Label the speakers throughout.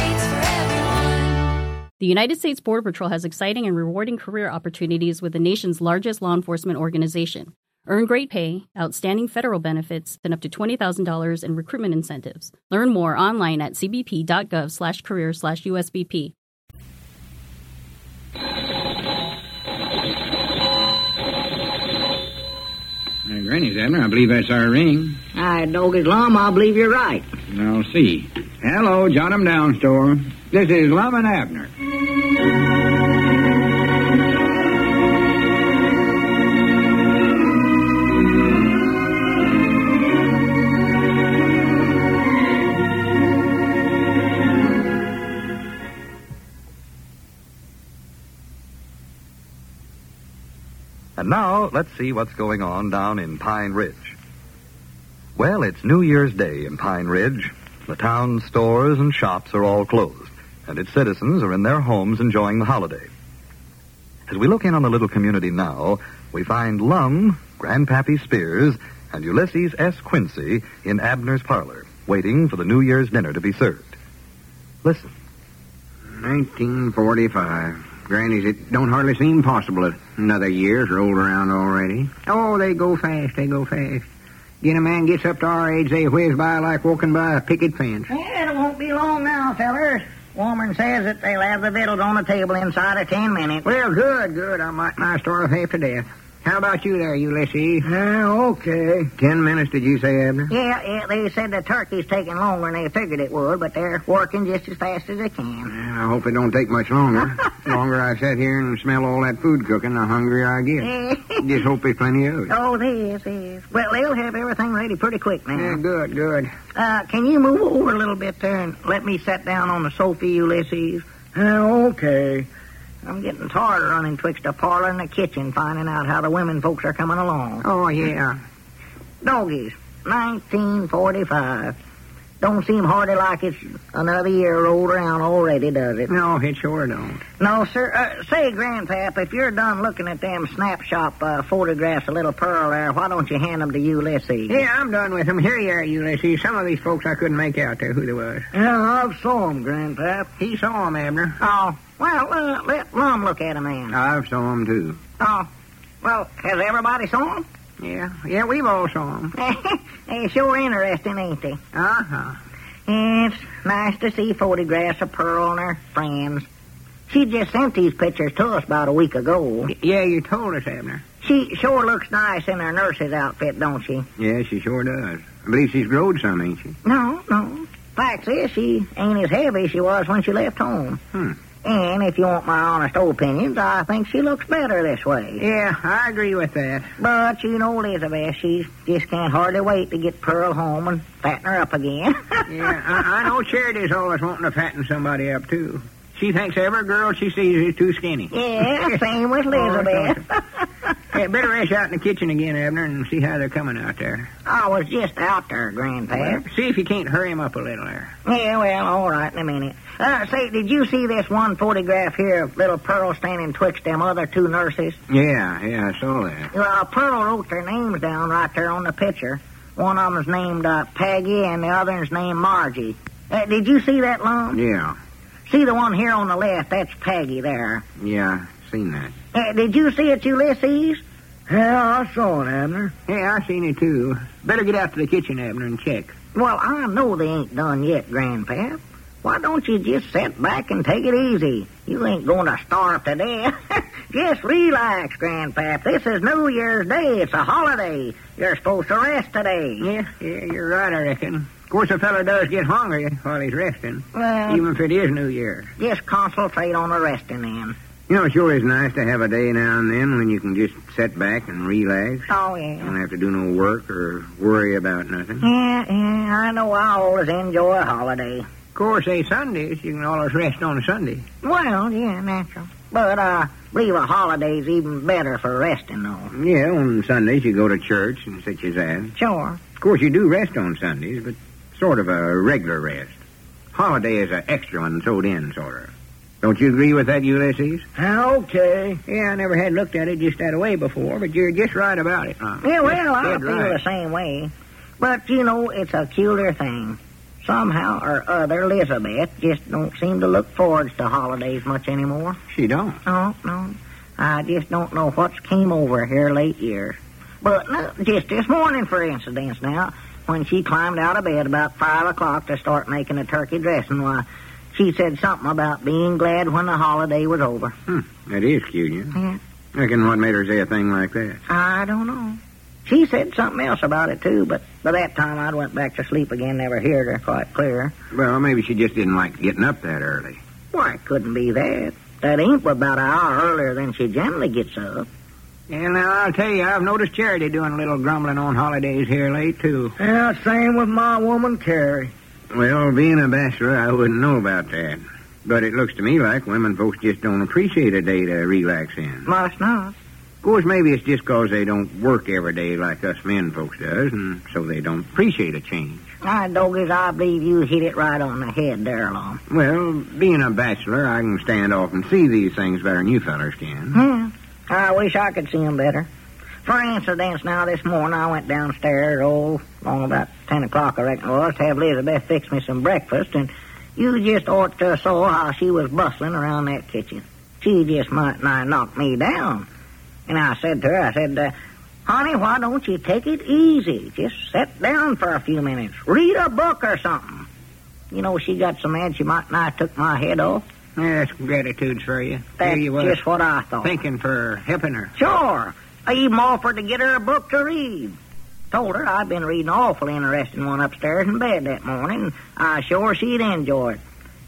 Speaker 1: rates for everyone.
Speaker 2: The United States Border Patrol has exciting and rewarding career opportunities with the nation's largest law enforcement organization. Earn great pay, outstanding federal benefits, and up to $20,000 in recruitment incentives. Learn more online at cbp.gov slash career slash USBP.
Speaker 3: Now, Granny's Abner, I believe that's our ring.
Speaker 4: I don't get long. I believe you're right.
Speaker 3: I'll see. Hello, John 'em Down Store. This is Lum and Abner.
Speaker 5: And now, let's see what's going on down in Pine Ridge. Well, it's New Year's Day in Pine Ridge. The town stores and shops are all closed, and its citizens are in their homes enjoying the holiday. As we look in on the little community now, we find Lum, Grandpappy Spears, and Ulysses S. Quincy in Abner's parlor, waiting for the New Year's dinner to be served. Listen.
Speaker 3: 1945. Granny's, it don't hardly seem possible that another year's rolled around already.
Speaker 4: Oh, they go fast. They go fast. Get a man gets up to our age, they whiz by like walking by a picket fence.
Speaker 6: Well, it won't be long now, fellers. Woman says that they'll have the victuals on the table inside of ten minutes.
Speaker 4: Well, good, good. I might not starve half to death. How about you there, Ulysses?
Speaker 3: okay. Ten minutes, did you say, Abner?
Speaker 6: Yeah, yeah, they said the turkey's taking longer than they figured it would, but they're working just as fast as they can.
Speaker 3: Well, I hope it don't take much longer. the longer I sit here and smell all that food cooking, the hungrier I get.
Speaker 6: Yeah.
Speaker 3: Just hope there's plenty of it.
Speaker 6: Eh, oh, this is. Well, they'll have everything ready pretty quick
Speaker 3: Yeah,
Speaker 6: now.
Speaker 3: good, good.
Speaker 6: Uh, can you move over a little bit there and let me sit down on the sofa, Ulysses?
Speaker 3: okay.
Speaker 6: I'm getting tired of running twixt the parlor and the kitchen, finding out how the women folks are coming along.
Speaker 4: Oh, yeah.
Speaker 6: Doggies, 1945. Don't seem hardly like it's another year rolled around already, does it?
Speaker 3: Oh,
Speaker 4: No, it sure don't.
Speaker 6: No, sir. Uh, say, Grandpap, if you're done looking at them snapshot uh, photographs of Little Pearl there, why don't you hand them to Ulysses?
Speaker 4: Yeah, I'm done with them. Here you are, Ulysses. Some of these folks I couldn't make out there who they was.
Speaker 6: Yeah, I've saw him, Grandpap.
Speaker 4: He saw 'em, Abner.
Speaker 6: Oh, well, uh, let Mom look at him, man.
Speaker 3: I've saw 'em, too.
Speaker 6: Oh, well, has everybody saw him?
Speaker 4: Yeah, yeah, we've all saw 'em.
Speaker 6: they sure interesting, ain't they?
Speaker 4: Uh-huh.
Speaker 6: It's nice to see photographs of Pearl and her friends. She just sent these pictures to us about a week ago.
Speaker 4: Yeah, you told us, Abner.
Speaker 6: She sure looks nice in her nurse's outfit, don't she?
Speaker 3: Yeah, she sure does. I believe she's grown some, ain't she?
Speaker 6: No, no. Fact is, she ain't as heavy as she was when she left home.
Speaker 3: Hmm.
Speaker 6: And if you want my honest opinions, I think she looks better this way.
Speaker 4: Yeah, I agree with that.
Speaker 6: But you know Elizabeth, she just can't hardly wait to get Pearl home and fatten her up again.
Speaker 4: Yeah, I, I know Charity's always wanting to fatten somebody up, too. She thinks every girl she sees is too skinny.
Speaker 6: yeah, same with Elizabeth.
Speaker 4: Hey, better rush out in the kitchen again, Abner, and see how they're coming out there.
Speaker 6: I was just out there, Grandpap.
Speaker 4: See if you can't hurry 'em up a little there.
Speaker 6: Yeah, well, all right, in a minute. Uh, say, did you see this one photograph here of little Pearl standing twixt them other two nurses?
Speaker 3: Yeah, yeah, I saw that.
Speaker 6: Well, Pearl wrote their names down right there on the picture. One of 'em's named uh, Peggy, and the other one's named Margie. Uh, did you see that, Lum?
Speaker 3: Yeah,
Speaker 6: See the one here on the left? That's Peggy there.
Speaker 3: yeah, seen that.
Speaker 6: Uh, did you see it, Ulysses?
Speaker 4: Yeah, I saw it, Abner. Yeah, I seen it, too. Better get out to the kitchen, Abner, and check.
Speaker 6: Well, I know they ain't done yet, Grandpap. Why don't you just sit back and take it easy? You ain't going to starve to death. just relax, Grandpap. This is New Year's Day. It's a holiday. You're supposed to rest today.
Speaker 4: Yeah, yeah, you're right, I reckon. Of course, a feller does get hungry while he's resting,
Speaker 6: Well,
Speaker 4: even if it is New Year's.
Speaker 6: just concentrate on the resting then.
Speaker 3: You know, it sure is nice to have a day now and then when you can just sit back and relax.
Speaker 6: Oh,
Speaker 3: You
Speaker 6: yeah.
Speaker 3: don't have to do no work or worry about nothing.
Speaker 6: Yeah, yeah, I know I always enjoy a holiday.
Speaker 4: course, they Sundays. You can always rest on a Sunday.
Speaker 6: Well, yeah, natural. But uh, believe a holiday's even better for resting though.
Speaker 4: Yeah, on Sundays you go to church and such as that.
Speaker 6: Sure.
Speaker 4: Of course, you do rest on Sundays, but sort of a regular rest. Holiday is an extra one sewed in, sort of. Don't you agree with that, Ulysses?
Speaker 6: Okay.
Speaker 4: Yeah, I never had looked at it just that way before, but you're just right about it. Huh?
Speaker 6: Yeah, well, I
Speaker 4: Dead
Speaker 6: feel
Speaker 4: right.
Speaker 6: the same way. But you know, it's a peculiar thing. Somehow or other, Elizabeth just don't seem to look forward to holidays much anymore.
Speaker 4: She don't.
Speaker 6: No, Oh, no. I just don't know what's came over here late years. But no, just this morning, for instance, now, when she climbed out of bed about five o'clock to start making a turkey dressing, why, she said something about being glad when the holiday was over.
Speaker 4: That is cute, yeah.
Speaker 6: Yeah.
Speaker 4: Reckon what made her say a thing like that?
Speaker 6: I don't know. She said something else about it too, but by that time I'd went back to sleep again, never heard her quite clear.
Speaker 4: Well, maybe she just didn't like getting up that early.
Speaker 6: Why, it couldn't be that. That ain't about an hour earlier than she generally gets up.
Speaker 4: And now I'll tell you, I've noticed Charity doing a little grumbling on holidays here late, too.
Speaker 6: Yeah, same with my woman, Carrie.
Speaker 4: Well, being a bachelor, I wouldn't know about that. But it looks to me like women folks just don't appreciate a day to relax in.
Speaker 6: Must not.
Speaker 4: Of course, maybe it's just 'cause they don't work every day like us men folks does, and so they don't appreciate a change.
Speaker 6: Hi, Dogies, I believe you hit it right on the head there, Long.
Speaker 4: Well, being a bachelor, I can stand off and see these things better than you fellers can.
Speaker 6: Yeah. I wish I could see 'em better. For instance, now this morning I went downstairs, oh, long about 10 o'clock, I reckon it was, to have Elizabeth fix me some breakfast, and you just ought to saw how she was bustling around that kitchen. She just might nigh knock me down. And I said to her, I said, uh, honey, why don't you take it easy? Just sit down for a few minutes. Read a book or something. You know, she got so mad she might nigh took my head off.
Speaker 4: Yeah, that's gratitude for you. There
Speaker 6: That's
Speaker 4: you was,
Speaker 6: just what I thought.
Speaker 4: thinking for helping her.
Speaker 6: Sure. I even offered to get her a book to read. Told her I'd been reading an awful interesting one upstairs in bed that morning. I sure she'd enjoy it.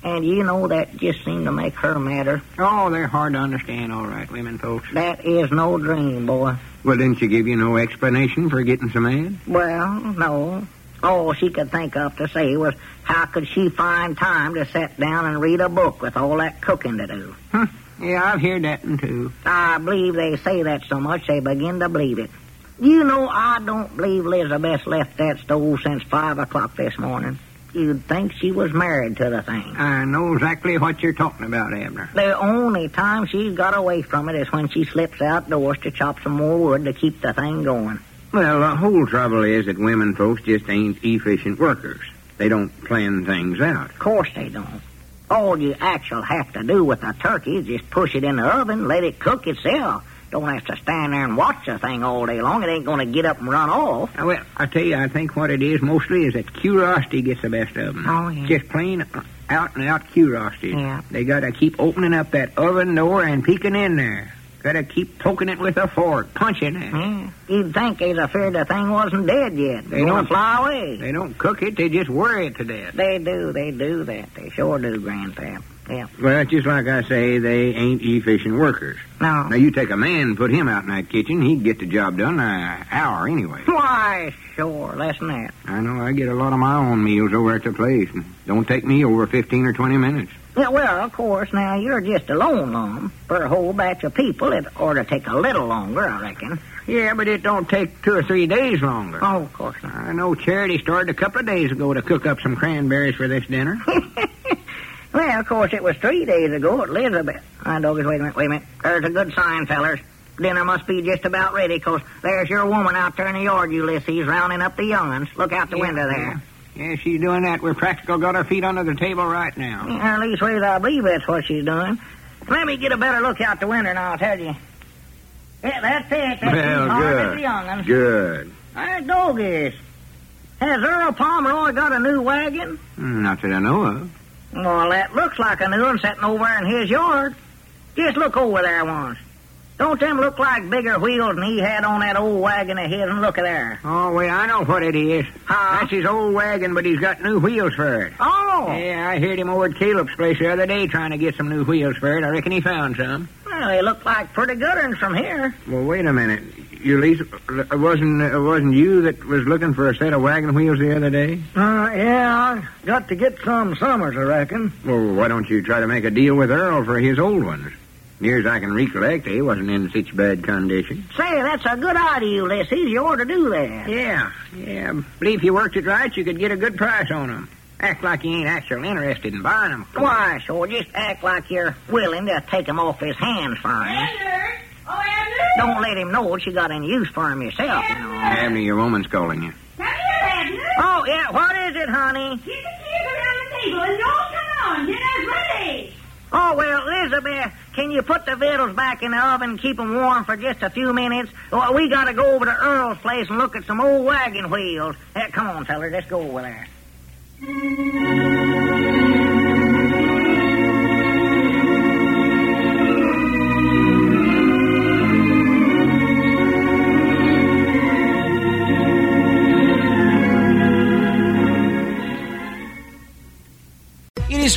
Speaker 6: And you know that just seemed to make her madder.
Speaker 4: Oh, they're hard to understand, all right, women folks.
Speaker 6: That is no dream, boy.
Speaker 4: Well, didn't she give you no explanation for getting so mad?
Speaker 6: Well, no. All she could think of to say was how could she find time to sit down and read a book with all that cooking to do?
Speaker 4: Yeah, I've heard that one too.
Speaker 6: I believe they say that so much they begin to believe it. You know, I don't believe Elizabeth left that stove since five o'clock this morning. You'd think she was married to the thing.
Speaker 4: I know exactly what you're talking about, Abner.
Speaker 6: The only time she's got away from it is when she slips outdoors to chop some more wood to keep the thing going.
Speaker 4: Well, the whole trouble is that women folks just ain't efficient workers. They don't plan things out.
Speaker 6: Of course they don't. All you actually have to do with a turkey is just push it in the oven, let it cook itself. Don't have to stand there and watch the thing all day long. It ain't going to get up and run off.
Speaker 4: Uh, Well, I tell you, I think what it is mostly is that curiosity gets the best of them.
Speaker 6: Oh, yeah.
Speaker 4: Just plain out and out curiosity.
Speaker 6: Yeah.
Speaker 4: They gotta keep opening up that oven door and peeking in there. Gotta keep poking it with a fork, punching it.
Speaker 6: Yeah. Hmm. You'd think they'd have feared the thing wasn't dead yet.
Speaker 4: They
Speaker 6: gonna
Speaker 4: don't.
Speaker 6: fly away.
Speaker 4: They don't cook it, they just worry it to death.
Speaker 6: They do, they do that. They sure do, Grandpap. Yeah.
Speaker 4: Well, just like I say, they ain't efficient workers.
Speaker 6: No.
Speaker 4: Now, you take a man and put him out in that kitchen, he'd get the job done in an hour anyway.
Speaker 6: Why, sure, less than that.
Speaker 4: I know I get a lot of my own meals over at the place, and don't take me over 15 or 20 minutes.
Speaker 6: Yeah, well, of course, now you're just alone on 'em. For a whole batch of people, it ought to take a little longer, I reckon.
Speaker 4: Yeah, but it don't take two or three days longer.
Speaker 6: Oh, of course not.
Speaker 4: I know Charity started a couple of days ago to cook up some cranberries for this dinner.
Speaker 6: Well, of course, it was three days ago at Elizabeth. I dog wait a minute, wait a minute. There's a good sign, fellers. Dinner must be just about ready, 'cause there's your woman out there in the yard, Ulysses, rounding up the young'uns. Look out the window there.
Speaker 4: Yeah, she's doing that. We're practical got our feet under the table right now.
Speaker 6: Or at least, ways I believe that's what she's doing. Let me get a better look out the window, and I'll tell you. Yeah, that's it. That's
Speaker 4: Well,
Speaker 6: as hard as
Speaker 4: good.
Speaker 6: the young'un.
Speaker 4: Good.
Speaker 6: Hey, Dogies, has Earl Pomeroy got a new wagon?
Speaker 4: Mm, Not that I know of.
Speaker 6: Well, that looks like a new one sitting over in his yard. Just look over there once. Don't them look like bigger wheels than he had on that old wagon of his? And look at there.
Speaker 4: Oh, well, I know what it is.
Speaker 6: Huh?
Speaker 4: That's his old wagon, but he's got new wheels for it.
Speaker 6: Oh,
Speaker 4: Yeah, I heard him over at Caleb's place the other day trying to get some new wheels for it. I reckon he found some.
Speaker 6: well, they look like pretty good ones from here.
Speaker 4: Well, wait a minute. Ulysses, it wasn't, it wasn't you that was looking for a set of wagon wheels the other day?
Speaker 6: Uh, yeah, I got to get some summers, I reckon.
Speaker 4: Well, why don't you try to make a deal with Earl for his old ones? Near as I can recollect, they wasn't in such bad condition.
Speaker 6: Say, that's a good idea, Ulysses. You ought to do that.
Speaker 4: Yeah, yeah. Believe if you worked it right, you could get a good price on them. Act like you ain't actually interested in buying them.
Speaker 6: Why, sure, just act like you're willing to take him off his hands for him.
Speaker 7: Oh, Abner!
Speaker 6: Don't let him know what you got any use for him yourself, you know.
Speaker 4: Abner, your woman's calling you.
Speaker 7: Come here, Abner!
Speaker 6: Oh, yeah, what is it, honey?
Speaker 7: Get the kids around the table and y'all come on. Dinner's ready.
Speaker 6: Oh, well, Elizabeth, can you put the victuals back in the oven and keep 'em warm for just a few minutes? Well, we gotta go over to Earl's place and look at some old wagon wheels. Eh, come on, feller, let's go over there.
Speaker 8: It is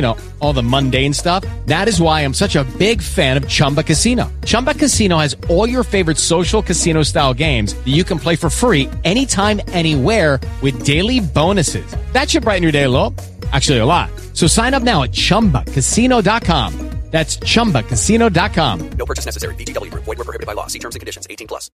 Speaker 8: know, all the mundane stuff. That is why I'm such a big fan of Chumba Casino. Chumba Casino has all your favorite social casino style games that you can play for free anytime, anywhere with daily bonuses. That should brighten your day, a little. Actually, a lot. So sign up now at chumbacasino.com. That's chumbacasino.com.